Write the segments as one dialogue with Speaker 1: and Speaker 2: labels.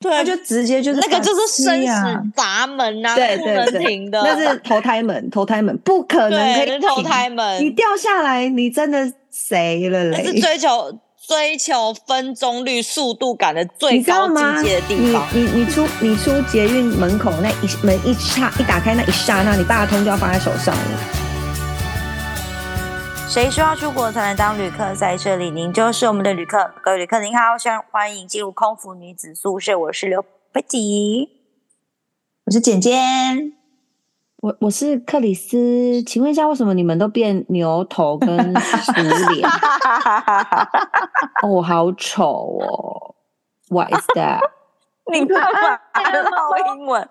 Speaker 1: 对
Speaker 2: 他就直接就是
Speaker 1: 那个就是生
Speaker 2: 生啊
Speaker 1: 死，闸门啊，
Speaker 2: 对
Speaker 1: 不
Speaker 2: 对
Speaker 1: 能
Speaker 2: 对
Speaker 1: 停的，
Speaker 2: 那是投胎门，投胎门不可能可
Speaker 1: 对，
Speaker 2: 以
Speaker 1: 是投
Speaker 2: 停
Speaker 1: 胎门，
Speaker 2: 你掉下来，你真的谁了
Speaker 1: 那是
Speaker 2: 嘞？
Speaker 1: 追求追求分钟率、速度感的最
Speaker 2: 你知道
Speaker 1: 高
Speaker 2: 吗？
Speaker 1: 境界的地方。
Speaker 2: 你你你出你出捷运门口那一门一刹一打开那一刹那，你爸的通就要放在手上了。
Speaker 1: 谁说要出国才能当旅客？在这里，您就是我们的旅客。各位旅客您好，欢欢迎进入空服女子宿舍，我是刘佩吉，我是简简。
Speaker 2: 我我是克里斯，请问一下，为什么你们都变牛头跟鼠 脸？哦，好丑哦！What is that？
Speaker 1: 你干嘛唠 英文？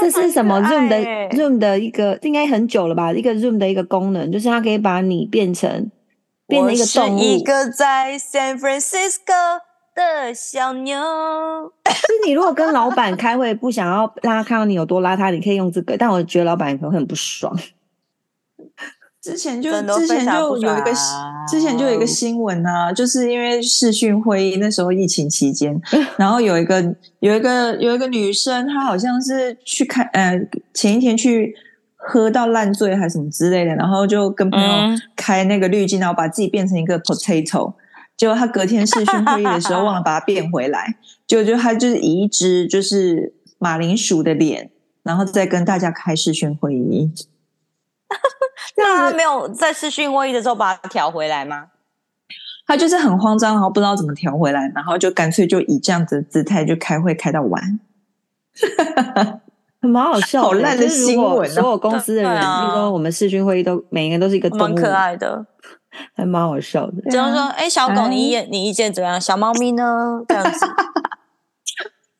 Speaker 1: 对
Speaker 2: 这
Speaker 1: 啊，
Speaker 2: 是什么
Speaker 1: 很可
Speaker 2: Zoom 的
Speaker 1: 爱欸
Speaker 2: Zoom 的一个应该很久了吧？一个 Zoom 的一个功能，就是它可以把你变成变成一个动
Speaker 1: 我
Speaker 2: 物。
Speaker 1: 是一个在 San Francisco 的小牛。
Speaker 2: 就是你如果跟老板开会，不想要让他看到你有多邋遢，你可以用这个。但我觉得老板可能会很不 爽。
Speaker 3: 之前就
Speaker 1: 真的
Speaker 3: 之
Speaker 1: 非
Speaker 3: 前
Speaker 1: 常
Speaker 3: 就
Speaker 1: 不哦
Speaker 3: 有一个新
Speaker 1: 爽
Speaker 3: 之前就有一个新闻啊，就是因为视讯会议那时候疫情期 间，然后有一个有一个有一个女生，她好像是去看呃前一天去喝到烂醉还是什么之类的，然后就跟朋友
Speaker 1: 嗯
Speaker 3: 开那个滤镜，然后把自己变成一个 potato，结果她隔天视讯会议的时候忘了把它变回来，就就她就是移植就是马铃薯的脸，然后再跟大家开视讯会议。
Speaker 1: 那啊他没有在视讯会议的时候把它调回来吗？
Speaker 3: 他就是很慌张，然后不知道怎么调回来，然后就干脆就以这样子的姿态就开会开到晚。
Speaker 2: 蛮好笑的，
Speaker 3: 好烂的
Speaker 2: 就是如
Speaker 3: 新
Speaker 2: 果
Speaker 3: 闻哦
Speaker 2: 所有公司的人，
Speaker 1: 对啊
Speaker 2: 比如说我们视讯会议都每个人都是一个动
Speaker 1: 蛮
Speaker 2: 物，
Speaker 1: 可爱的。
Speaker 2: 还蛮好笑的。
Speaker 1: 只能说，哎、小狗，
Speaker 3: 哎
Speaker 1: 你意见你意见怎么样？小猫咪呢？这样子，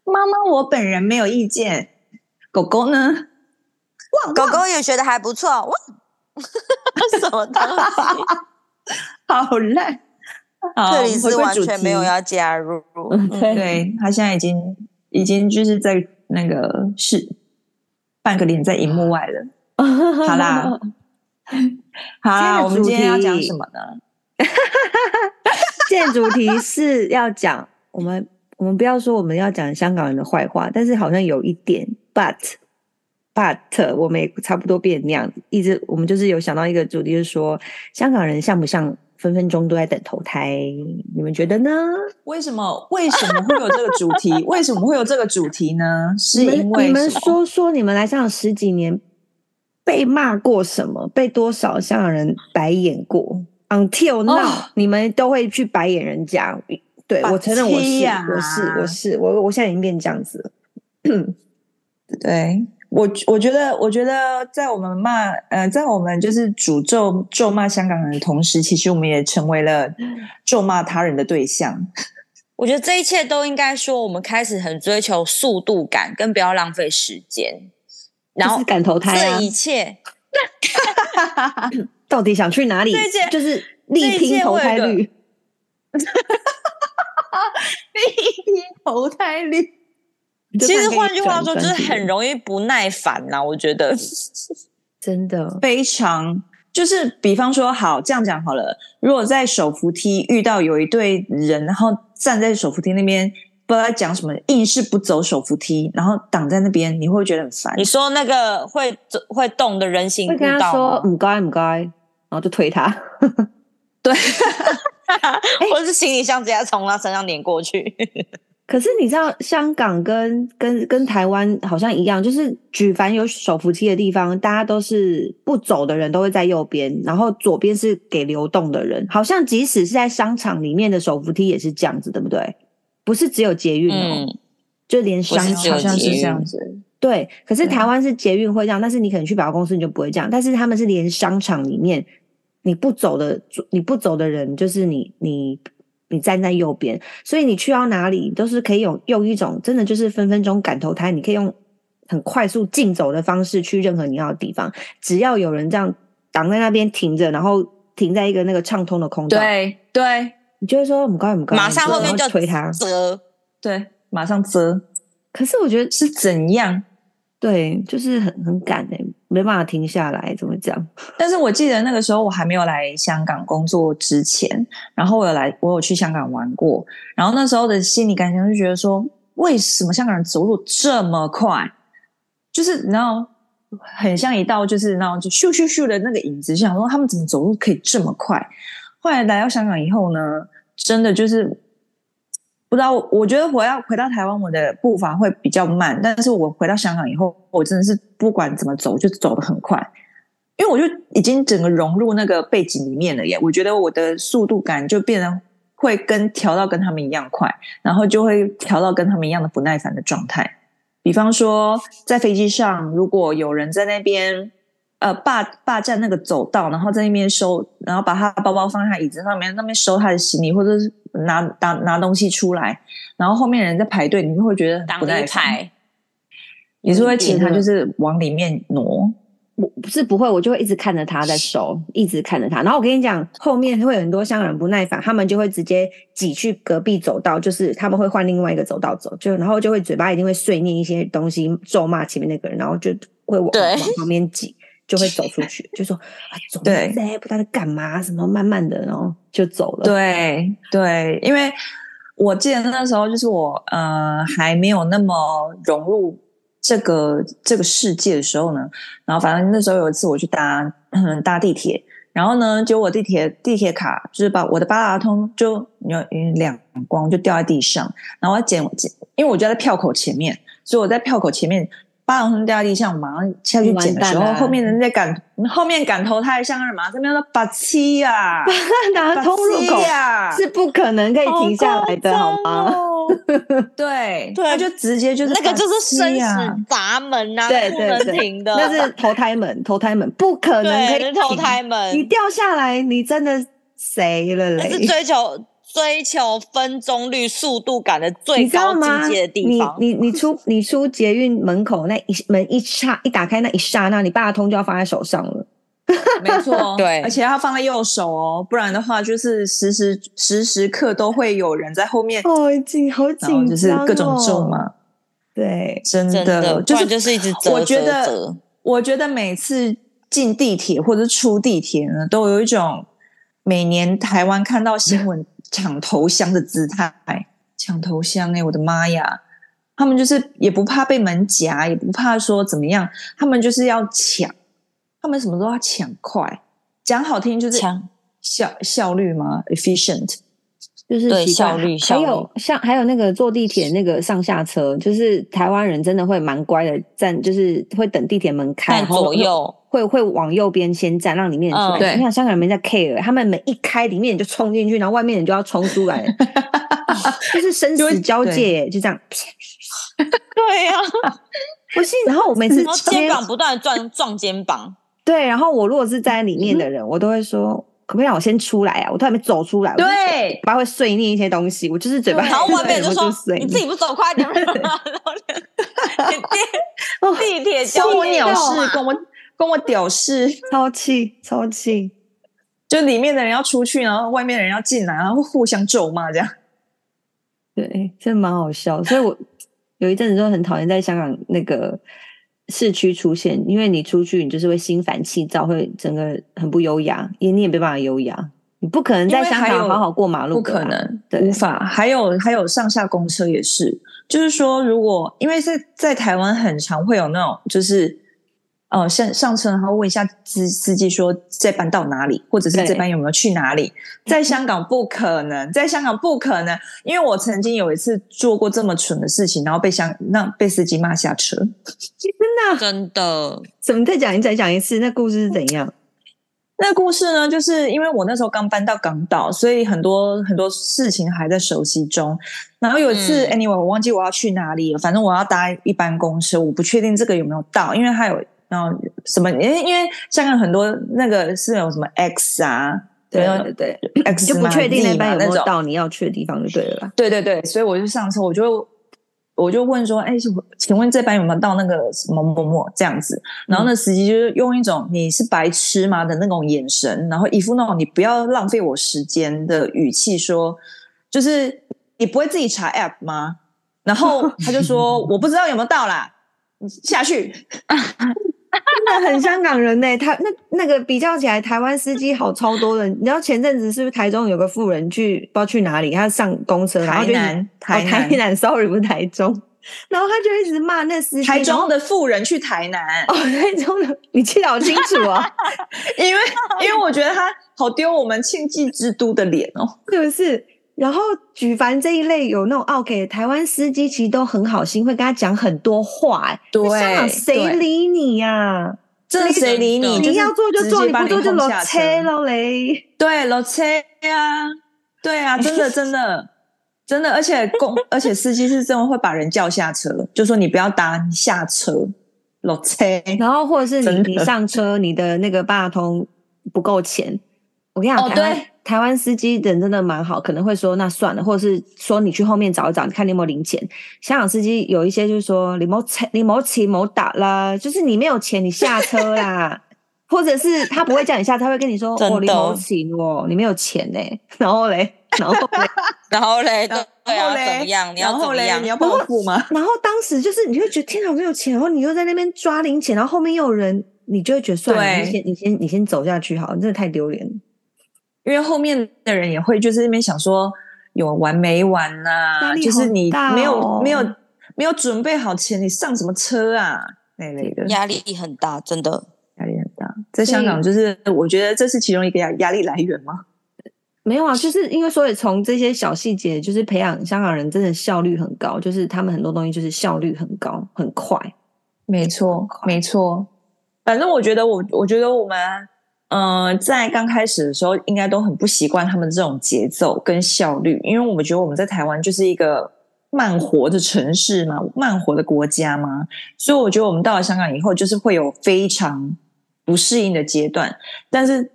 Speaker 3: 妈妈，我本人没有意见。狗狗呢？
Speaker 1: 狗狗也觉得还不错。哇， 什么东西？
Speaker 3: 好烂。 好
Speaker 1: 克里斯完全没有。
Speaker 3: 我们回归主题
Speaker 1: 要加入。
Speaker 2: 嗯，
Speaker 1: 嗯
Speaker 2: 对，
Speaker 3: 对他现在已经已经就是在那个是半个脸在荧幕外了。
Speaker 2: 好
Speaker 3: 好啦，好啦，我们今天要讲什么呢？
Speaker 2: 今天的主题是要讲我们，我们不要说我们要讲香港人的坏话，但是好像有一点，but but 我们也差不多变那样，一直我们就是有想到一个主题，就是说香港人像不像分分钟都在等投胎，你们觉得呢？
Speaker 3: 为什么为什么会有这个主题？ 为什么会有这个主题呢？是
Speaker 2: 你们
Speaker 3: 因为
Speaker 2: 你们
Speaker 3: 什么
Speaker 2: 说说你们来香港十几年被骂过什么，被多少香港人白眼过？Until now，、
Speaker 3: 哦
Speaker 2: 你们都会去白眼人家。对
Speaker 3: 白
Speaker 1: 啊
Speaker 2: 我承认我是
Speaker 3: 痴呀
Speaker 2: 我是我是我我现在已经变这样子了。
Speaker 3: 对我，我觉得，我觉得在我们骂，呃，在我们就是诅咒、咒骂香港人的同时，其实我们也成为了
Speaker 1: 嗯
Speaker 3: 咒骂他人的对象。
Speaker 1: 我觉得这一切都应该说，我们开始很追求速度感，跟不要浪费时间。然
Speaker 2: 就
Speaker 1: 后
Speaker 2: 是，敢投胎啊
Speaker 1: 这一，切，
Speaker 2: 到底想去哪里
Speaker 1: 这一届？
Speaker 2: 就是力拼投胎
Speaker 1: 这一届我有
Speaker 2: 率。
Speaker 3: 投胎率，
Speaker 1: 其实换句话说，
Speaker 2: 就
Speaker 1: 就是
Speaker 2: 看可以转
Speaker 1: 很容易不耐烦呐、我觉得，
Speaker 2: 真的
Speaker 3: 非常，就是比方说，好这样讲好了，如果在手扶梯遇到有一队人，然后站在手扶梯那边不知道在讲什么，硬是不走手扶梯，然后挡在那边，你会不会觉得很烦
Speaker 1: 你。说那个会走会动的人行
Speaker 2: 会
Speaker 1: 步
Speaker 2: 跟他
Speaker 1: 道
Speaker 2: 说
Speaker 1: 吗，
Speaker 2: 唔该唔该，然后就推他。
Speaker 1: 或者是行李箱直接从他身上碾过去。
Speaker 2: 可是你知道，香港跟跟跟台湾好像一样，就是举凡有手扶梯的地方，大家都是不走的人都会在右边，然后左边是给流动的人。好像即使是在商场里面的手扶梯也是这样子，对不对？不是只有捷运哦，
Speaker 1: 嗯，
Speaker 2: 就连商
Speaker 1: 不只有
Speaker 3: 好
Speaker 2: 场
Speaker 3: 像是
Speaker 1: 捷
Speaker 3: 这
Speaker 1: 运
Speaker 3: 样子，
Speaker 2: 对。可是
Speaker 1: 啊
Speaker 3: 对
Speaker 2: 台湾是捷运会这样，但是你可能去百货公司你就不会这样。但是他们是连商场里面你不走的你不走的人，就是你你你站在右边，所以你去到哪里都是可以有用一种真的就是分分钟赶投胎，你可以用很快速竞走的方式去任何你要的地方，只要有人这样挡在那边停着，然后停在一个那个畅通的空道，
Speaker 3: 对对
Speaker 2: 你就会说很高很高，
Speaker 1: 马上后面就
Speaker 2: 推他。
Speaker 1: 折。
Speaker 3: 对，马上遮。
Speaker 2: 可是我觉得
Speaker 3: 是怎样？
Speaker 2: 对，就是很很赶哎、没办法停下来，怎么讲？
Speaker 3: 但是我记得那个时候我还没有来香港工作之前，然后我有来，我有去香港玩过，然后那时候的心理感想就觉得说，为什么香港人走路这么快？就是你知道，很像一道就是那种就咻咻咻的那个影子，想说他们怎么走路可以这么快？后来来到香港以后呢，真的就是不知道。我觉得回到回到台湾，我的步伐会比较慢，但是我回到香港以后，我真的是不管怎么走，就走得很快，因为我就已经整个融入那个背景里面了耶。我觉得我的速度感就变得会跟调到跟他们一样快，然后就会调到跟他们一样的不耐烦的状态。比方说，在飞机上，如果有人在那边呃霸霸占那个走道，然后在那边收，然后把他的包包放在他椅子上面，那边收他的行李，或者是拿拿拿东西出来，然后后面人在排队，你就会觉得很
Speaker 1: 挡
Speaker 3: 不耐
Speaker 1: 一
Speaker 3: 烦，
Speaker 1: 排，嗯
Speaker 3: 你是会请他就是往里面挪。
Speaker 2: 我是不会，我就会一直看着他在收，一直看着他。然后我跟你讲，后面会有很多香港人不耐烦，他们就会直接挤去隔壁走道，就是他们会换另外一个走道走，就然后就会嘴巴一定会碎念一些东西，咒骂前面那个人，然后就会往
Speaker 1: 对
Speaker 2: 往旁边挤，就会走出去，就说啊，走
Speaker 3: 对
Speaker 2: 路在不知道在干嘛，什么慢慢的，然后就走 了。
Speaker 3: 对对，因为我记得那时候就是我呃还没有那么融入这个这个世界的时候呢，然后反正那时候有一次我去搭搭地铁，然后呢，结果我地铁地铁卡就是把我的八达通就有有两光就掉在地上，然后我要捡捡，因为我就在票口前面，所以我在票口前面。八达通掉在地上，我马上下去
Speaker 2: 你嗯完
Speaker 3: 捡的时
Speaker 2: 蛋
Speaker 3: 候，
Speaker 2: 了
Speaker 3: 后面人在赶，后面赶投胎的香港人马上在那边说“把七 呀、啊”，
Speaker 2: 那通入口
Speaker 3: 呀，
Speaker 2: 是不可能可以停下来的，好
Speaker 1: 哦
Speaker 2: 吗？
Speaker 3: 哦对，
Speaker 1: 对
Speaker 3: 他就直接就是
Speaker 1: 那个就是
Speaker 3: 巴
Speaker 1: 生
Speaker 3: 西啊
Speaker 1: 死闸门啊，
Speaker 2: 对
Speaker 1: 不
Speaker 2: 对
Speaker 1: 能
Speaker 2: 对
Speaker 1: 停的，
Speaker 2: 那是投胎门，投胎门不可能可
Speaker 1: 对，
Speaker 2: 以
Speaker 1: 是投
Speaker 2: 停
Speaker 1: 胎门，
Speaker 2: 你掉下来，你真的谁了
Speaker 1: 那
Speaker 2: 嘞？
Speaker 1: 是追求追求分钟率、速度感的最
Speaker 2: 你知
Speaker 1: 高
Speaker 2: 道吗？
Speaker 1: 境界的地方。
Speaker 2: 你你你出你出捷运门口那一门一刹一打开那一刹那，你八达通就要放在手上了。
Speaker 3: 没错，哦
Speaker 1: 对
Speaker 3: 而且要放在右手哦，不然的话就是时时时时刻都会有人在后面，
Speaker 2: 哦，紧好紧张、
Speaker 3: 然后
Speaker 2: 哦，
Speaker 3: 就是各种咒骂，
Speaker 2: 对，
Speaker 3: 真
Speaker 1: 真的，
Speaker 3: 就
Speaker 1: 不然
Speaker 3: 是
Speaker 1: 就是一直折
Speaker 3: 我觉
Speaker 1: 折
Speaker 3: 得
Speaker 1: 折
Speaker 3: 我觉得每次进地铁或者出地铁呢，都有一种每年台湾看到新闻抢头香的姿态，抢头香哎、我的妈呀！他们就是也不怕被门夹，也不怕说怎么样，他们就是要抢，他们什么都要抢快，讲好听就是
Speaker 1: 抢
Speaker 3: 效效率吗？efficient，
Speaker 2: 就是
Speaker 1: 对
Speaker 2: 习惯
Speaker 1: 效率
Speaker 2: 还
Speaker 1: 效
Speaker 2: 有像还有那个坐地铁那个上下车，就是台湾人真的会蛮乖的，站就是会等地铁门开，
Speaker 1: 看
Speaker 2: 然后
Speaker 1: 左 右，
Speaker 2: 会会往右边先站，让里面人出来。
Speaker 1: 嗯
Speaker 3: 对
Speaker 2: 你看香港人没在 care，他欸们门一开，里面人就冲进去，然后外面人就要冲出 来，哦就是生
Speaker 3: 就会
Speaker 2: 死交界，欸就这样。
Speaker 1: 对呀、
Speaker 2: 不信，然后我每次
Speaker 1: 然后
Speaker 2: 今
Speaker 1: 肩
Speaker 2: 天
Speaker 1: 膀不断地撞撞肩 膀，
Speaker 2: 对，然后我如果是在里
Speaker 1: 嗯
Speaker 2: 面的人，我都会说，可不可以让我先出来啊？我都还没走出来，我就
Speaker 3: 对
Speaker 2: 嘴巴会碎念一些东西，我就是嘴巴，
Speaker 1: 然后外 面人
Speaker 2: 我
Speaker 1: 就
Speaker 2: 就
Speaker 1: 说
Speaker 2: 碎：“
Speaker 1: 你
Speaker 2: 念
Speaker 1: 自己不走快 点吗？”然后你
Speaker 2: 哦啊
Speaker 1: 地地铁交
Speaker 3: 跟我
Speaker 1: 通
Speaker 3: 鸟
Speaker 1: 事，
Speaker 3: 事，跟我跟我屌事。
Speaker 2: 超气，超气。
Speaker 3: 就里面的人要出去，然后外面的人要进来，然后互相咒骂这样。
Speaker 2: 对，这蛮好笑。所以我有一阵子就很讨厌在香港那个市区出现，因为你出去，你就是会心烦气躁，会整个很不优雅，也你也没办法优雅，你不可能在
Speaker 3: 因为
Speaker 2: 香
Speaker 3: 还
Speaker 2: 港
Speaker 3: 有
Speaker 2: 好好过马路，
Speaker 3: 不可。能，
Speaker 2: 对
Speaker 3: 无法。还有还有上下公车也是，就是说，如果因为在在台湾很常会有那种，就是呃上上车然后问一下司司机说这班到哪里，或者是
Speaker 2: 对嗯
Speaker 3: 这班有没有去哪里。在香港不可能，在香港不可能，因为我曾经有一次做过这么蠢的事情，然后被香那被司机骂下车。
Speaker 1: 真的
Speaker 2: 怎么再讲一再讲一次？那故事是怎样？
Speaker 3: 那故事呢，就是因为我那时候刚搬到港岛，所以很多很多事情还在熟悉中。然后有一次、
Speaker 1: 嗯
Speaker 3: a n y w a y 我忘记我要去哪里了，反正我要搭一班公车，我不确定这个有没有到，因为它有然后什么，因为因为香港很多那个是有什么 X 啊，
Speaker 2: 对嗯对，
Speaker 3: X
Speaker 2: 就不确定那
Speaker 3: 那
Speaker 2: 班有没
Speaker 3: 那
Speaker 2: 有
Speaker 3: 种
Speaker 2: 到你要去的地方就对了啦。
Speaker 3: 对对对，所以我就上车，我就我就问说，哎，请问这班有没有到那个某某某这样子？然后那司机就是用一种你是白痴吗的那种眼神，然后一副那种你不要浪费我时间的语气说，就是你不会自己查 app 吗？ 然后他就说我不知道有没有到啦，你下去。
Speaker 2: 真的很香港人呢、台那那个比较起来，台湾司机好超多的。你知道前阵子是不是台中有个富人去不知道去哪里，他上公车，然后
Speaker 3: 台
Speaker 2: 就一直
Speaker 3: 南，
Speaker 2: 哦、台
Speaker 3: 南，
Speaker 2: 南，sorry 不是台中，然后他就一直骂那司机，
Speaker 3: 台
Speaker 2: 然后
Speaker 3: 中的富人去台南，
Speaker 2: 哦，台中的，你记得好清楚哦，
Speaker 3: 因为因为我觉得他好丢我们庆忌之都的脸哦。
Speaker 2: 是不是？然后举凡这一类有那种哦 OK 的台湾司机，其实都很好心，会跟他讲很多话、哎，
Speaker 3: 对
Speaker 2: 那香港谁
Speaker 3: 对
Speaker 2: 理你呀、
Speaker 3: 这谁理
Speaker 1: 真
Speaker 3: 你？
Speaker 1: 的
Speaker 3: 就是
Speaker 2: 你要做就做，
Speaker 3: 直接
Speaker 2: 你
Speaker 3: 把
Speaker 2: 不
Speaker 3: 你
Speaker 2: 做就
Speaker 3: 轰
Speaker 2: 落
Speaker 3: 下
Speaker 2: 车
Speaker 3: 车
Speaker 2: 了嘞。
Speaker 3: 对，老车啊，对啊，真的真的真的，而且公而且司机是真的会把人叫下车，就说你不要打，你下车，老车。
Speaker 2: 然后或者是
Speaker 3: 真
Speaker 2: 你
Speaker 3: 的
Speaker 2: 你上车，你的那个八达通不够钱，我跟你讲，
Speaker 3: 哦
Speaker 2: 台湾
Speaker 3: 对
Speaker 2: 台湾司机人真的蛮好，可能会说那算了，或者是说你去后面找一找，你看你有没有零钱。香港司机有一些就是说你没钱，你没钱没打啦，就是你没有钱，你下车啦。或者是他不会叫你下车，他会跟你说：“
Speaker 1: 真的
Speaker 2: 哦，你没钱哦，你没有钱呢、然后嘞，然后嘞，
Speaker 1: 然后嘞，
Speaker 3: 然
Speaker 1: 对
Speaker 3: 后
Speaker 1: 对啊，
Speaker 3: 嘞
Speaker 1: 怎么样？你
Speaker 3: 然
Speaker 1: 要怎
Speaker 3: 后
Speaker 1: 么
Speaker 3: 嘞，
Speaker 1: 样
Speaker 3: 你？要报复吗？
Speaker 2: 然后当时就是你就会觉得天哪，我没有钱，然后你又在那边抓零钱，然后后面又有人，你就会觉得算了，
Speaker 3: 对
Speaker 2: 你先你先你先走下去好了，真的太丢脸了。
Speaker 3: 因为后面的人也会就是那边想说有完没完呐、
Speaker 2: 压力
Speaker 3: 就是
Speaker 2: 好
Speaker 3: 你
Speaker 2: 大
Speaker 3: 没有、
Speaker 2: 哦
Speaker 3: 没有没有准备好钱，你上什么车啊？那类的
Speaker 1: 压力很大，真的。
Speaker 3: 压力很大，
Speaker 2: 所
Speaker 3: 在
Speaker 2: 以
Speaker 3: 香港就是我觉得这是其中一个压压力来源吗？
Speaker 2: 没有啊，就是因为所以从这些小细节，就是培养香港人真的效率很高，就是他们很多东西就是效率很高，很快。
Speaker 3: 没错，没错。反正我觉得我，我觉得我们，嗯，在刚开始的时候，应该都很不习惯他们这种节奏跟效率，因为我们觉得我们在台湾就是一个慢活的城市嘛，慢活的国家嘛，所以我觉得我们到了香港以后，就是会有非常不适应的阶段。但是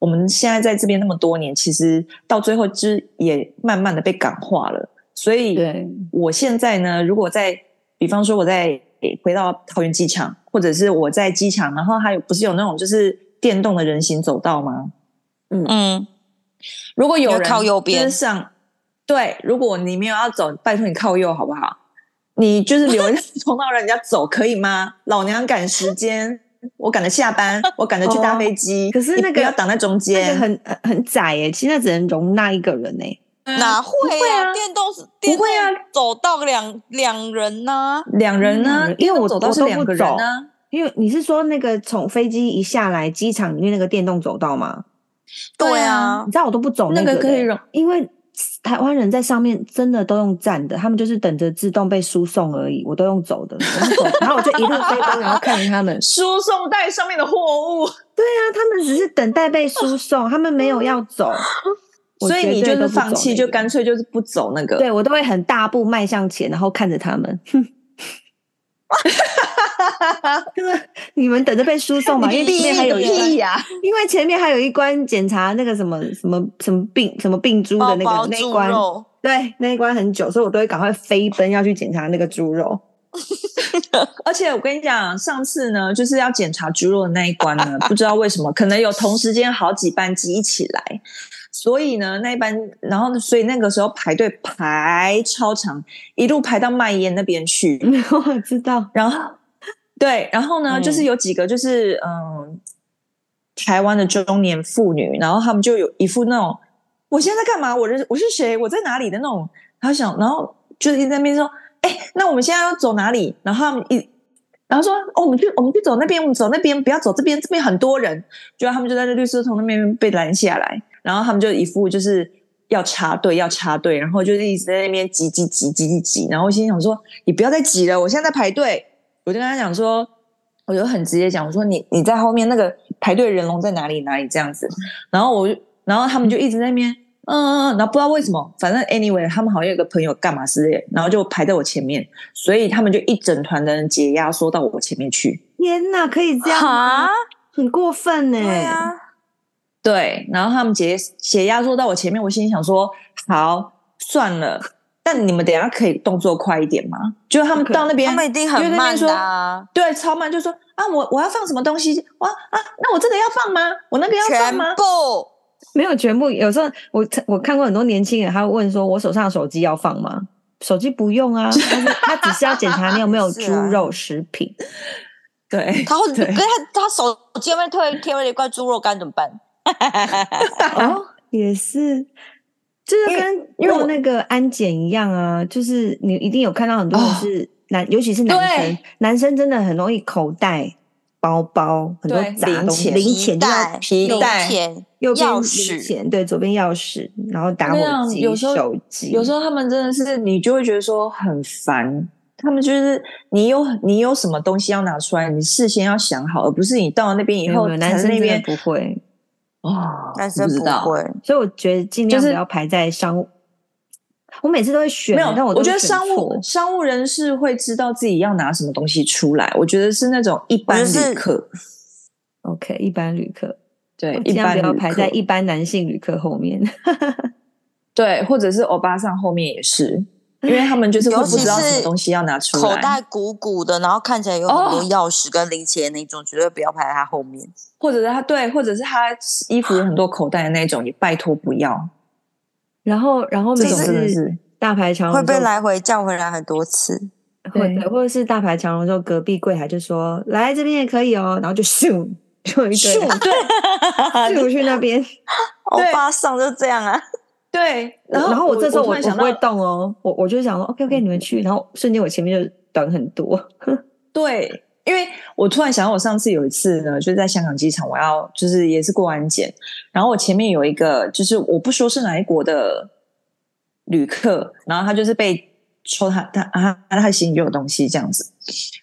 Speaker 3: 我们现在在这边那么多年，其实到最后就是也慢慢的被感化了，所以
Speaker 2: 对，
Speaker 3: 我现在呢，如果在，比方说我在诶回到桃园机场，或者是我在机场，然后还有不是有那种就是电动的人行走道吗？
Speaker 1: 嗯，
Speaker 3: 如果有人
Speaker 1: 要靠右边
Speaker 3: 就是上，对，如果你没有要走，拜托你靠右好不好？你就是留一条通道让人家走可以吗？老娘赶时间，我赶着下班，我赶着去搭
Speaker 2: 哦
Speaker 3: 飞机，
Speaker 2: 可是
Speaker 3: 你
Speaker 2: 那
Speaker 3: 不
Speaker 2: 个
Speaker 3: 要挡在中
Speaker 2: 那
Speaker 3: 间
Speaker 2: 个，很很很窄耶、其实那只能容纳一个人呢、
Speaker 1: 哪会
Speaker 3: 会啊
Speaker 1: 电动是电
Speaker 3: 会啊
Speaker 1: 动走到两两人呢？
Speaker 3: 两人呢、
Speaker 2: 因为我
Speaker 3: 走道
Speaker 2: 我
Speaker 3: 是
Speaker 2: 都
Speaker 3: 两
Speaker 2: 不
Speaker 3: 个人
Speaker 2: 走
Speaker 3: 呢、
Speaker 2: 因为你是说那个从飞机一下来机场里面那个电动走道吗？
Speaker 1: 对啊
Speaker 2: 你，知道我都不走
Speaker 3: 那
Speaker 2: 个
Speaker 3: 个
Speaker 2: 的
Speaker 3: 可以
Speaker 2: 欸
Speaker 3: 容，
Speaker 2: 因为台湾人在上面真的都用站的，他们就是等着自动被输送而已。我都用走 的，我都走然后我就一路飞奔，然后看着他们。
Speaker 3: 输送带上面的货物。
Speaker 2: 对啊，他们只是等待被输送，他们没有要 走。我
Speaker 3: 所以
Speaker 2: 绝
Speaker 3: 你
Speaker 2: 对
Speaker 3: 就
Speaker 2: 都
Speaker 3: 是
Speaker 2: 不
Speaker 3: 放
Speaker 2: 走
Speaker 3: 弃，
Speaker 2: 那
Speaker 3: 就
Speaker 2: 个
Speaker 3: 干脆就是不走那个。
Speaker 2: 对我都会很大步迈向前，然后看着他 们。 真的，你们等着被输送吧，因为前面还有一关，
Speaker 3: 屁呀！
Speaker 2: 因为前面还有一关检查那个什么什么什么病什么病猪的那
Speaker 1: 包
Speaker 3: 哦
Speaker 2: 个
Speaker 1: 包
Speaker 2: 那一
Speaker 1: 猪
Speaker 2: 关，
Speaker 1: 肉，
Speaker 2: 对，那一关很久，所以我都会赶快飞奔要去检查那个猪肉。
Speaker 3: 而且我跟你讲，上次呢，就是要检查猪肉的那一关呢，不知道为什么，可能有同时间好几班机一起来，所以呢，那一班，然后所以那个时候排队排超长，一路排到麦烟那边去。
Speaker 2: 我知道，
Speaker 3: 然后对，然后呢，
Speaker 1: 嗯
Speaker 3: 就是有几个就是嗯，台湾的中年妇女，然后他们就有一副那种我现在在干嘛，我是我是谁，我在哪里的那种，他想，然后就是在那边说，哎，那我们现在要走哪里？然后他们一。然后说，哦，我们去，我们去走那边，我们走那边，不要走这边，这边很多人。就他们就在那律师从那边被拦下来，然后他们就一副就是要插队，要插队，然后就是一直在那边挤挤挤挤挤挤，然后我心想说，你不要再挤了，我现在在排队。我就跟他讲说，我就很直接讲，我说你你在后面那个排队人龙在哪里哪里这样子，然后我就，然后他们就一直在那边。嗯嗯，嗯，然后不知道为什么，反正 anyway，他们好像有个朋友干嘛之类的，然后就排在我前面，所以他们就一整团的人解压缩到我前面去。
Speaker 2: 天哪，可以这样吗
Speaker 1: 哈？
Speaker 2: 很过分呢、
Speaker 1: 对啊，
Speaker 3: 对，然后他们解解压缩到我前面，我心里想说，好算了，但你们等一下可以动作快一点吗？就是他们
Speaker 2: Okay
Speaker 3: 到那边，
Speaker 1: 他们一定
Speaker 3: 因
Speaker 1: 很
Speaker 3: 为那边
Speaker 1: 慢
Speaker 3: 说
Speaker 1: 的啊，
Speaker 3: 对，超慢，就说啊，我我要放什么东西，哇啊，那我真的要放吗？我那个要放
Speaker 1: 全
Speaker 3: 吗？
Speaker 1: 部
Speaker 2: 没有全部，有时候我我看过很多年轻人，他会问说：“我手上的手机要放吗？” 手机不用啊，他是他只是要检查你有没有
Speaker 1: 是
Speaker 2: 猪
Speaker 1: 啊
Speaker 2: 肉食品。
Speaker 3: 对，
Speaker 1: 他会，
Speaker 3: 对
Speaker 1: 可是他他手机外面突然贴了一块猪肉干怎么办？
Speaker 2: 哦，也是，就是
Speaker 3: 因为
Speaker 2: 跟
Speaker 3: 因为
Speaker 2: 用
Speaker 3: 我
Speaker 2: 那个安检一样啊，就是你一定有看到很多人
Speaker 3: 哦
Speaker 2: 是男，尤其是男生
Speaker 1: 对，
Speaker 2: 男生真的很容易口袋、包包很多
Speaker 3: 对
Speaker 2: 杂
Speaker 3: 零
Speaker 2: 东西，
Speaker 3: 钱
Speaker 2: 零
Speaker 1: 皮
Speaker 2: 钱就要
Speaker 1: 带、
Speaker 3: 皮
Speaker 1: 零
Speaker 3: 带
Speaker 1: 钱、
Speaker 2: 右边
Speaker 1: 钥
Speaker 2: 零
Speaker 1: 匙，
Speaker 2: 钱，对，左边钥匙，然后打
Speaker 3: 那
Speaker 2: 火
Speaker 3: 样
Speaker 2: 机、
Speaker 3: 有时候
Speaker 2: 手机，
Speaker 3: 有时候他们真的是你就会觉得说很烦，他们就是你有你有什么东西要拿出来，你事先要想好，而不是你到了那边以
Speaker 2: 没有
Speaker 3: 后
Speaker 2: 没有
Speaker 3: 才
Speaker 2: 男
Speaker 3: 在
Speaker 2: 生
Speaker 3: 那
Speaker 2: 真的
Speaker 3: 边
Speaker 2: 不会，
Speaker 3: 哦，
Speaker 1: 男生
Speaker 3: 不知
Speaker 1: 不
Speaker 3: 道。
Speaker 1: 会。
Speaker 2: 所以我觉得尽量
Speaker 3: 就
Speaker 2: 不
Speaker 3: 是
Speaker 2: 要排在商务。我每次都会选，欸
Speaker 3: 没有，
Speaker 2: 但我
Speaker 3: 我
Speaker 2: 都
Speaker 3: 觉
Speaker 2: 会
Speaker 3: 得
Speaker 2: 选
Speaker 3: 商务
Speaker 2: 错
Speaker 3: 商务人士会知道自己要拿什么东西出来。我觉得是那种一般
Speaker 1: 我觉得是
Speaker 3: 旅客，
Speaker 2: OK 一般旅客，
Speaker 3: 对，一
Speaker 2: 尽量
Speaker 3: 般
Speaker 2: 不要
Speaker 3: 旅
Speaker 2: 排
Speaker 3: 客
Speaker 2: 在一般男性旅客后面。
Speaker 3: 对，或者是欧巴桑后面也是，因为他们就是会
Speaker 1: 尤
Speaker 3: 不
Speaker 1: 其
Speaker 3: 知道什么
Speaker 1: 是
Speaker 3: 东西要拿出来。
Speaker 1: 口袋鼓鼓的，然后看起来有很多
Speaker 3: 哦
Speaker 1: 钥匙跟零钱那种，绝对不要排在他后面。
Speaker 3: 或者是他对，或者是他衣服有很多口袋的那种，也拜托不要，
Speaker 2: 然后，然后
Speaker 3: 这
Speaker 2: 每
Speaker 3: 种真
Speaker 2: 次
Speaker 3: 的是
Speaker 2: 大排长龙
Speaker 1: 会被
Speaker 2: 就
Speaker 1: 来回叫回来很多 次。
Speaker 2: 或
Speaker 3: 对
Speaker 2: 者或者是大排长龙之后，隔壁柜台就说来这边也可以哦，然后就咻就一堆
Speaker 3: 对
Speaker 2: 咻去那边，
Speaker 1: 欧
Speaker 3: 对
Speaker 1: 巴上就这样啊，
Speaker 3: 对。
Speaker 2: 然
Speaker 3: 然
Speaker 2: 后
Speaker 3: 后
Speaker 2: 我这时候
Speaker 3: 突
Speaker 2: 我
Speaker 3: 然想
Speaker 2: 不
Speaker 3: 到嗯
Speaker 2: 会，动哦，我我就想说 OK OK 你们去，然后瞬间我前面就短很多，
Speaker 3: 对，因为我突然想到，我上次有一次呢，就是在香港机场，我要就是也是过安检，然后我前面有一个，就是我不说是哪一国的旅客，然后他就是被抽他他他他的行李就有东西这样子，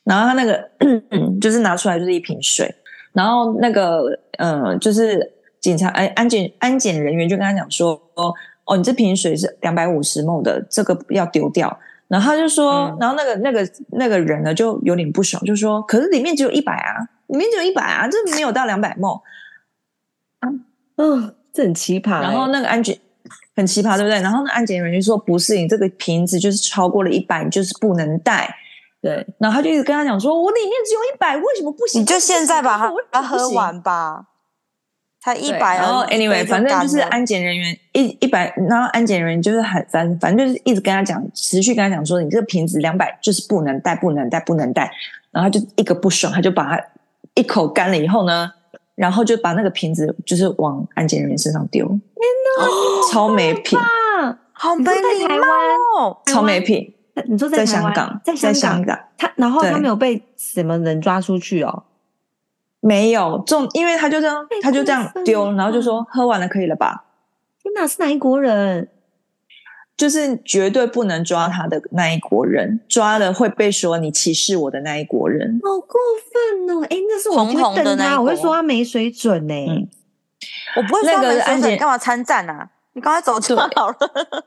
Speaker 3: 然后他那个 就是拿出来就是一瓶水，然后那个呃就是警察哎安安检安检人员就跟他讲说，哦你这瓶水是两百五十 ml 的，这个要丢掉。然后他就说，
Speaker 1: 嗯
Speaker 3: 然后那个那个那个人呢就有点不爽，就说，可是里面只有一百啊，里面只有一百啊，这没有到两百 ml。
Speaker 2: 嗯，这很奇
Speaker 1: 哎
Speaker 2: 葩欸。
Speaker 3: 然后那个安检很奇葩，对不对？然后那安检人员就说：“不是，你这个瓶子就是超过了一百，你就是不能带。
Speaker 2: 对”
Speaker 3: 然后他就一直跟他讲说：“我里面只有一百，为什么不行？
Speaker 1: 你就现在把 它
Speaker 3: 为什么
Speaker 1: 它
Speaker 3: 不
Speaker 1: 喝
Speaker 3: 行
Speaker 1: 完吧，才一
Speaker 3: 对
Speaker 1: 百。
Speaker 3: 然后 anyway，反正就是安检人员一一百，然后安检人员就是很反，反正就是一直跟他讲，持续跟他讲说你这个瓶子两百就是不能带，不能带，不能带。然后他就一个不爽，他就把它一口干了以后呢，然后就把那个瓶子就是往安检人员身上丢。天哪，超没品，
Speaker 2: 啊，
Speaker 1: 好
Speaker 2: 你
Speaker 1: 没
Speaker 2: 说在
Speaker 1: 礼
Speaker 2: 台
Speaker 1: 貌
Speaker 2: 湾
Speaker 1: 哦。
Speaker 3: 超没品，
Speaker 2: 你说
Speaker 3: 在
Speaker 2: 台
Speaker 3: 香
Speaker 2: 湾
Speaker 3: 港，
Speaker 2: 在香
Speaker 3: 在香
Speaker 2: 港，
Speaker 3: 港
Speaker 2: 他然后他
Speaker 3: 对
Speaker 2: 没有被什么人抓出去哦，
Speaker 3: 没有重，因为他就这样
Speaker 2: 太，
Speaker 3: 他就这样
Speaker 2: 过分
Speaker 3: 丢，
Speaker 2: 了
Speaker 3: 然后就说喝完了可以了吧，
Speaker 2: 天哪，是哪一国人？
Speaker 3: 就是绝对不能抓他的那一国人，抓了会被说你歧视我的那一国人。
Speaker 2: 好过分哦！哎，那是我
Speaker 1: 红
Speaker 2: 就
Speaker 1: 红
Speaker 2: 会
Speaker 1: 的
Speaker 2: 瞪
Speaker 1: 那一
Speaker 2: 他，我会
Speaker 1: 国
Speaker 2: 说他没水准呢、
Speaker 3: 嗯
Speaker 1: 我不会说
Speaker 3: 那个
Speaker 1: 没水
Speaker 3: 安
Speaker 1: 准，
Speaker 3: 检
Speaker 1: 你干嘛参战啊？你赶快走就
Speaker 3: 对
Speaker 1: 好了。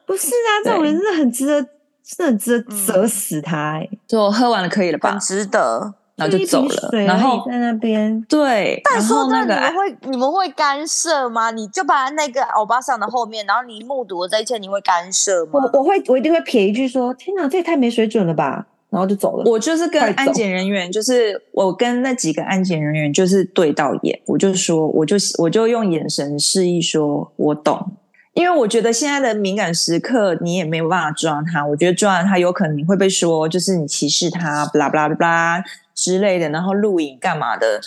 Speaker 2: 不是啊，这种
Speaker 3: 对
Speaker 2: 人真的很值得，真的很值得
Speaker 1: 嗯
Speaker 2: 折死他哎、
Speaker 3: 就喝完了可以了吧
Speaker 1: 很，值得。
Speaker 3: 然后就走了。然后
Speaker 2: 在那边，
Speaker 3: 对，
Speaker 1: 但
Speaker 3: 然
Speaker 1: 说
Speaker 3: 后那
Speaker 1: 真
Speaker 3: 个
Speaker 1: 的，你们
Speaker 3: 安
Speaker 1: 会你们会干涉吗？你就把那个欧巴上的后面，然后你目睹了这一切，你会干涉
Speaker 2: 我
Speaker 1: 吗？
Speaker 2: 我会我一定会撇一句说：“天哪，这也太没水准了吧！”然后就走了。
Speaker 3: 我就是跟
Speaker 2: 快走
Speaker 3: 安检人员，就是我跟那几个安检人员就是对到眼，我就说，我就我就用眼神示意说我懂，因为我觉得现在的敏感时刻你也没有办法抓他，我觉得抓了他有可能你会被说就是你歧视他，巴拉巴拉巴拉之类的，然后录影干嘛的。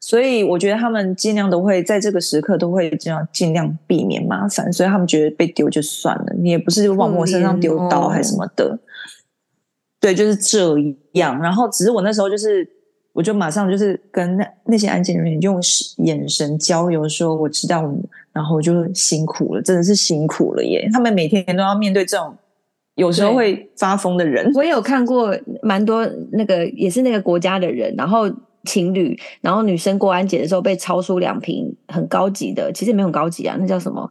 Speaker 3: 所以我觉得他们尽量都会在这个时刻都会这样尽量避免麻烦，所以他们觉得被丢就算了，你也不是往我身上丢
Speaker 2: 哦
Speaker 3: 刀还是什么的。对，就是这样。然后只是我那时候就是，我就马上就是跟那那些安检人员用视眼神交流，说我知道你，然后我就辛苦了，真的是辛苦了耶。他们每天都要面对这种有时候
Speaker 2: 对
Speaker 3: 会发疯的人，
Speaker 2: 我也有看过蛮多那个也是那个国家的人，然后情侣，然后女生过安检的时候被超出两瓶很高级的，其实也没有很高级啊，那叫什么？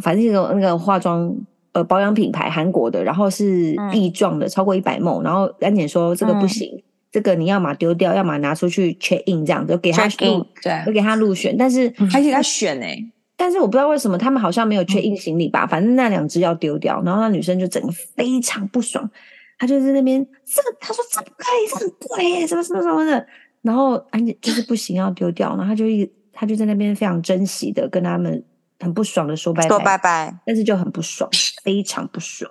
Speaker 2: 反正是那种那个化妆呃保养品牌韩国的，然后是
Speaker 1: 嗯
Speaker 2: 液状的，超过一百梦，然后安检说这个不
Speaker 1: 嗯
Speaker 2: 行，这个你要么丢掉，要么拿出去 check in 这样子，就给他
Speaker 1: Check in，嗯
Speaker 2: 入，
Speaker 3: 对
Speaker 2: 就给他入选，但是。
Speaker 3: 还可以他选哎、
Speaker 2: 但是我不知道为什么他们好像没有
Speaker 3: 嗯
Speaker 2: 缺硬行李吧，反正那两只要丢掉，然后那女生就整个非常不爽，她就在那边这个，她说这不可以，这很贵耶，什么什么什么的，然后安姐就是不行要丢掉，然后她就一直她就在那边非常珍惜的跟他们很不爽的说拜
Speaker 1: 说
Speaker 2: 拜
Speaker 1: 拜，拜。
Speaker 2: 但是就很不爽，非常不爽。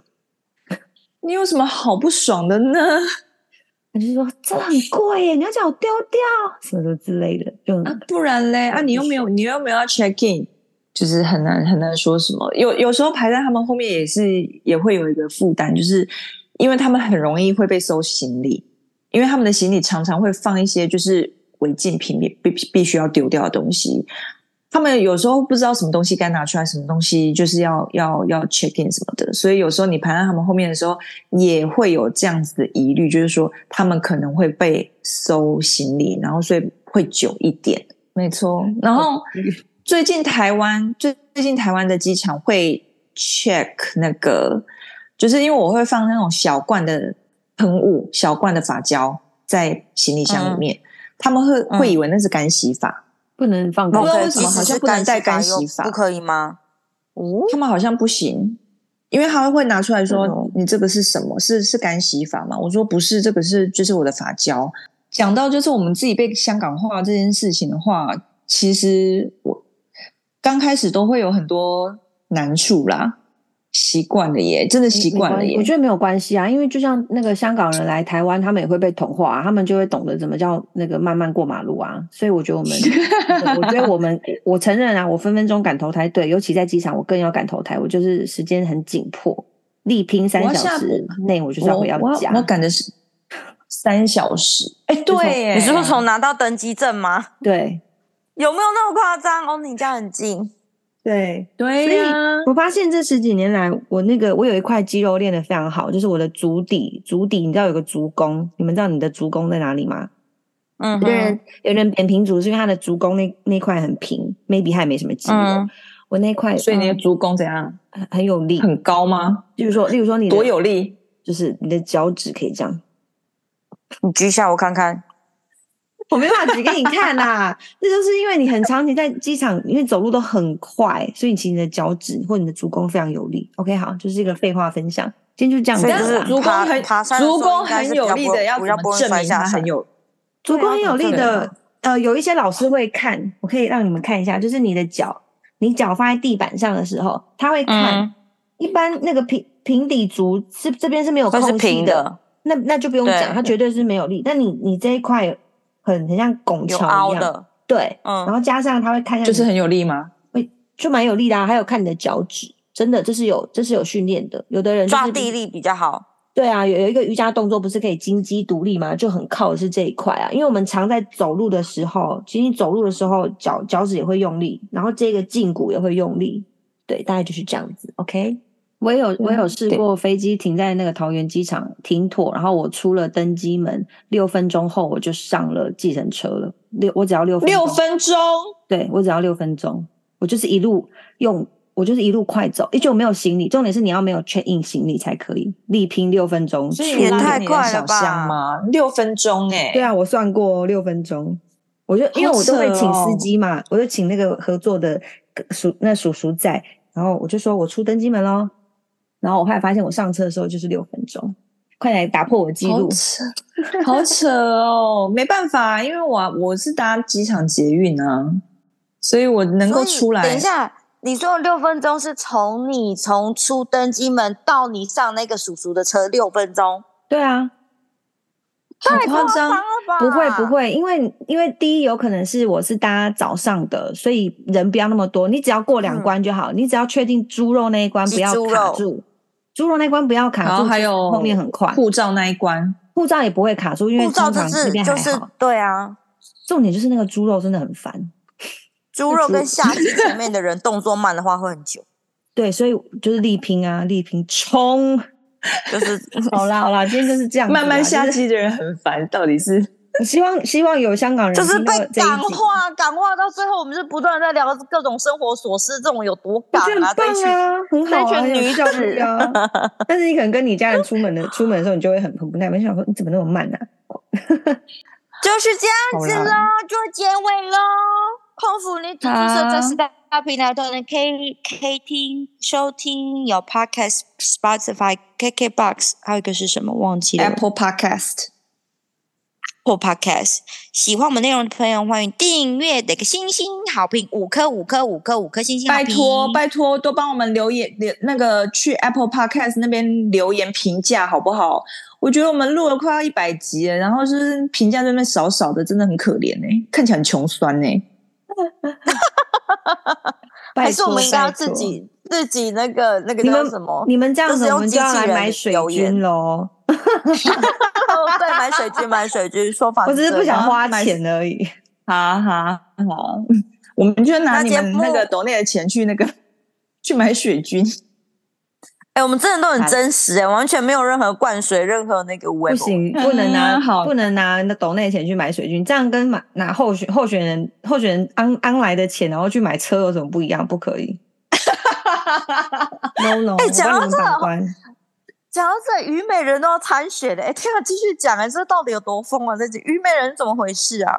Speaker 3: 你有什么好不爽的呢？
Speaker 2: 他就说这很贵耶，你要叫我丢掉什么什么之类的，就很
Speaker 3: 啊，不然嘞啊，你又没有，你又没有要 check in，就是很难很难说什么。有有时候排在他们后面也是也会有一个负担，就是因为他们很容易会被收行李，因为他们的行李常常会放一些就是违禁品，必必必须要丢掉的东西。他们有时候不知道什么东西该拿出来，什么东西就是要要要 check in 什么的，所以有时候你排在他们后面的时候，也会有这样子的疑虑，就是说他们可能会被搜行李，然后所以会久一点。没错，哦然后最近台湾最最近台湾的机场会 check 那个，就是因为我会放那种小罐的喷雾、小罐的发胶在行李箱里面，他们会会以为那是干洗法。
Speaker 2: 不能放
Speaker 3: 不
Speaker 2: 空
Speaker 3: 知。道
Speaker 1: 对
Speaker 3: 为什
Speaker 1: 即
Speaker 3: 么
Speaker 1: 使
Speaker 3: 好像
Speaker 1: 是
Speaker 3: 不能带干
Speaker 1: 洗
Speaker 3: 洗
Speaker 1: 又
Speaker 3: 法
Speaker 1: 不可以吗？哦，
Speaker 3: 他们好像不行，因为他会拿出来
Speaker 1: 真
Speaker 3: 说：“
Speaker 1: 的哦
Speaker 3: 你这个是什么？是是干洗法吗？”我说：“不是，这个是就是我的发胶。”讲到就是我们自己被香港化这件事情的话，其实我刚开始都会有很多难处啦，习惯了耶，真的习惯了
Speaker 2: 没关
Speaker 3: 耶。
Speaker 2: 我觉得没有关系啊，因为就像那个香港人来台湾，他们也会被同化啊、他们就会懂得怎么叫那个慢慢过马路啊。所以我觉得我 们，我觉得我们，我承认啊，我分分钟赶投胎，对，尤其在机场，我更要赶投胎，我就是时间很紧迫，力拼三
Speaker 3: 我要
Speaker 2: 小
Speaker 3: 下
Speaker 2: 时内，我就是要
Speaker 3: 我
Speaker 2: 回到
Speaker 3: 我
Speaker 2: 家
Speaker 3: 我。赶的是三小时，哎，对耶，
Speaker 1: 你是说从拿到登机证吗？
Speaker 2: 对
Speaker 1: 有没有那么夸张？哦，你家很近，
Speaker 2: 对，啊
Speaker 3: 对
Speaker 2: 所以
Speaker 3: 呀、
Speaker 2: 我发现这十几年来，我那个我有一块肌肉练得非常好，就是我的足底，足底你知道有个足弓，你们知道你的足弓在哪里吗？
Speaker 1: 嗯
Speaker 2: 有的
Speaker 1: 哼，
Speaker 2: 人有的人扁平足是因为他的足弓那那块很平，maybe 他也没什么肌肉。
Speaker 1: 嗯
Speaker 2: 我那块
Speaker 3: 所以你的
Speaker 2: 嗯
Speaker 3: 足弓怎样？
Speaker 2: 很很有力，
Speaker 3: 很高吗？
Speaker 2: 例如说，例如说你的
Speaker 3: 多有力？
Speaker 2: 就是你的脚趾可以这样，
Speaker 1: 你举一下我看看。
Speaker 2: 我没办法举给你看 啦。这就是因为你很长期在机场，因为走路都很快，所以其实你的脚趾或你的足弓非常有力。OK，好，就是一个废话分享，今天就这样子啊
Speaker 1: 所以
Speaker 3: 但
Speaker 1: 就是
Speaker 2: 啦。
Speaker 3: 足弓
Speaker 1: 爬
Speaker 3: 很
Speaker 1: 爬山的时候
Speaker 3: 足弓
Speaker 1: 应该
Speaker 3: 很
Speaker 1: 是
Speaker 3: 有
Speaker 1: 比较
Speaker 3: 力
Speaker 1: 不
Speaker 3: 的，要
Speaker 1: 不
Speaker 3: 怎
Speaker 1: 要不
Speaker 3: 么
Speaker 1: 会
Speaker 3: 证
Speaker 1: 摔
Speaker 3: 明
Speaker 1: 下
Speaker 3: 它很
Speaker 1: 山
Speaker 3: 有？
Speaker 1: 啊
Speaker 2: 足弓很有力
Speaker 3: 对
Speaker 2: 的，呃，有一些老师会看，我可以让你们看一下，就是你的脚，你脚放在地板上的时候，他会看。
Speaker 1: 嗯，
Speaker 2: 一般那个平平底足是这边是没有
Speaker 1: 会
Speaker 2: 空
Speaker 1: 是
Speaker 2: 隙
Speaker 1: 平哦的，
Speaker 2: 那那就不用
Speaker 1: 对
Speaker 2: 讲，它绝对是没有力。但你你这一块很很像拱
Speaker 1: 有
Speaker 2: 桥
Speaker 1: 凹
Speaker 2: 一样，
Speaker 1: 的，
Speaker 2: 对，然
Speaker 1: 嗯，
Speaker 2: 后加上它会看一下你，
Speaker 3: 就是很有力吗？
Speaker 2: 就蛮有力的、啊，还有看你的脚趾，真的这是有这是有训练的。有的人、就是、
Speaker 1: 抓地，力比较好。
Speaker 2: 对啊，有有一个瑜伽动作不是可以金鸡独立吗？就很靠的是这一块啊，因为我们常在走路的时候，其实你走路的时候脚脚趾也会用力，然后这个胫骨也会用力，对，大概就是这样子，OK。我也啊有我也有试
Speaker 3: 对
Speaker 2: 过飞机停在那个桃园机场停妥，然后我出了登机门，六分钟后我就上了计程车了。六我只要六分
Speaker 3: 六
Speaker 2: 钟
Speaker 3: 分钟，
Speaker 2: 对我只要六分钟，我就是一路用，我就是一路快走，而且我没有行李，重点是你要没有 check in 行李才可以，力拼六分钟。
Speaker 3: 所以
Speaker 1: 也
Speaker 3: 你拉着
Speaker 1: 太
Speaker 3: 你的
Speaker 1: 快
Speaker 3: 小
Speaker 1: 了吧
Speaker 3: 箱吗？六分钟哎、
Speaker 2: 对啊，我算过六分钟，我就因为我都会请
Speaker 3: 哦
Speaker 2: 司机嘛，我就请那个合作的叔那叔叔在，然后我就说我出登机门喽，然后我后来发现我上车的时候就是六分钟，快来打破我记
Speaker 3: 好
Speaker 2: 录。
Speaker 3: 扯，好扯哦，没办法，因为我啊我是搭机场捷运啊，所以我能
Speaker 1: 所
Speaker 3: 够
Speaker 1: 以
Speaker 3: 出来。
Speaker 1: 等一下，你说的六分钟是从你从出登机门到你上那个叔叔的车六分钟，
Speaker 2: 对啊，
Speaker 3: 很夸
Speaker 1: 张
Speaker 3: 张
Speaker 1: 了，吧？
Speaker 2: 不会不，会，因为因为第一有可能是我是搭早上的，所以人不要那么多，你只要过两
Speaker 1: 嗯
Speaker 2: 关就好，你只要确定猪肉那一关不
Speaker 1: 鸡
Speaker 2: 要
Speaker 1: 猪
Speaker 2: 卡
Speaker 1: 肉
Speaker 2: 住，猪肉那一关不要卡住，
Speaker 3: 然后还
Speaker 2: 其实
Speaker 3: 有
Speaker 2: 后面很快，
Speaker 3: 护照那一关，
Speaker 2: 护照也不会卡住，因为
Speaker 1: 护照
Speaker 2: 通
Speaker 1: 这
Speaker 2: 常
Speaker 1: 是
Speaker 2: 这边还
Speaker 1: 就
Speaker 2: 好。
Speaker 1: 是对啊，
Speaker 2: 重点就是那个猪肉真的很烦，
Speaker 1: 猪肉跟下体前面的人动作慢的话会很久，
Speaker 2: 对，所以就是力拼啊，力拼冲，
Speaker 1: 就是
Speaker 2: 好啦好啦，今天就是这样子啦，
Speaker 3: 慢慢下
Speaker 2: 就是
Speaker 3: 机的人很烦，到底 是
Speaker 2: 我 希望希望有香港人
Speaker 1: 就是
Speaker 2: 听到
Speaker 1: 被
Speaker 2: 这一
Speaker 1: 感
Speaker 2: 集
Speaker 1: 化，感化到最后，我们是不断地在聊各种生活琐事，这种有多
Speaker 2: 我
Speaker 1: 感
Speaker 2: 觉得
Speaker 1: 啊！
Speaker 2: 很
Speaker 1: 这
Speaker 2: 棒
Speaker 1: 一群
Speaker 2: 啊，很好
Speaker 1: 这
Speaker 2: 啊，
Speaker 1: 群
Speaker 2: 很有
Speaker 1: 女
Speaker 2: 效率
Speaker 1: 子
Speaker 2: 啊。 但是你可能跟你家人出门的 出门的时候，你就会很很不耐烦，想说你怎么那么慢啊？
Speaker 1: 就是这样子
Speaker 3: 好
Speaker 1: 喽，就结尾喽。空腹你主持
Speaker 3: 好
Speaker 1: 社在四大平台都能可以可以听收听，有 Podcast、Spotify、KKBox，还有一个是什么忘记了
Speaker 3: Apple Podcast？
Speaker 1: 或 Podcast。喜欢我们内容的朋友，欢迎订阅，给个星星好评，五颗五颗五颗五颗星星好
Speaker 3: 拜
Speaker 1: 评，
Speaker 3: 托，拜托，多帮我们留言，留那个去 Apple Podcast 那边留言评价好不好？我觉得我们录了快要一百集了，然后就是评价这边少少的，真的很可怜哎、看起来很穷酸哎、
Speaker 1: 还
Speaker 2: 拜
Speaker 1: 是我
Speaker 2: 托
Speaker 1: 们应该要
Speaker 2: 拜托
Speaker 1: 自己自己那个那个
Speaker 2: 你
Speaker 1: 叫
Speaker 2: 们
Speaker 1: 什么？
Speaker 2: 你们这样
Speaker 1: 就是
Speaker 2: 子，
Speaker 1: 用
Speaker 2: 我们就要
Speaker 1: 机器
Speaker 2: 来
Speaker 1: 人
Speaker 2: 买水
Speaker 1: 留言
Speaker 2: 军喽。
Speaker 1: 哦对，买水军，买水军，说法
Speaker 2: 我只是不
Speaker 1: 这样
Speaker 2: 想花
Speaker 3: 买
Speaker 2: 钱 而已。
Speaker 3: 好好好， 我们就拿
Speaker 1: 那
Speaker 3: 你
Speaker 1: 节
Speaker 3: 们那
Speaker 1: 目
Speaker 3: 个抖内的钱去那个 去买水军，
Speaker 1: 哎、我们真的都很
Speaker 3: 啊
Speaker 1: 真实哎、完全没有任何灌水，任何那个微
Speaker 2: 不
Speaker 1: 博。
Speaker 2: 行，不能拿、
Speaker 3: 嗯好
Speaker 2: 不能拿那抖内钱去买水军，这样跟买拿候选候选人候选人安安来的钱，然后去买车有什么不一样？不可 以。no no，、我
Speaker 1: 哎讲
Speaker 2: 帮
Speaker 1: 到
Speaker 2: 你们
Speaker 1: 这
Speaker 2: 把关。
Speaker 1: 讲到这，虞美人都要参选了，哎、天啊，继续讲哎、这到底有多疯啊？这集虞美人怎么回事啊？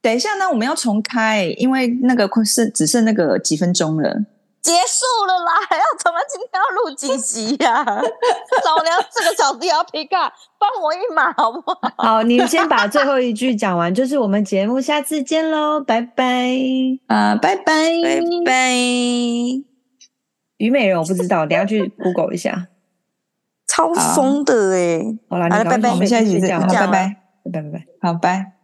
Speaker 3: 等一下呢，我们要重开，因为那个快剩只剩那个几分钟了。
Speaker 1: 结束了啦，还要怎么今天要录几集呀、 老娘这个小弟要 pick up，帮我一马好不好？
Speaker 2: 好，你先把最后一句讲完，就是我们节目下次见喽，拜拜。
Speaker 3: 啊、拜拜，
Speaker 4: 拜拜。
Speaker 2: 虞美人我不知道，等一下去 Google 一下。
Speaker 1: 超
Speaker 3: 好
Speaker 1: 疯的哎、欸
Speaker 2: 好啦，
Speaker 1: 好了
Speaker 2: 你赶
Speaker 1: 拜拜
Speaker 2: 快
Speaker 3: 我们
Speaker 2: 去
Speaker 3: 下
Speaker 2: 睡
Speaker 3: 一集
Speaker 2: 睡
Speaker 3: 再
Speaker 2: 觉，
Speaker 1: 就
Speaker 3: 好，
Speaker 1: 这
Speaker 2: 好
Speaker 1: 样
Speaker 3: 拜
Speaker 1: 了
Speaker 3: 拜，
Speaker 2: 拜拜拜拜。
Speaker 3: 好，拜。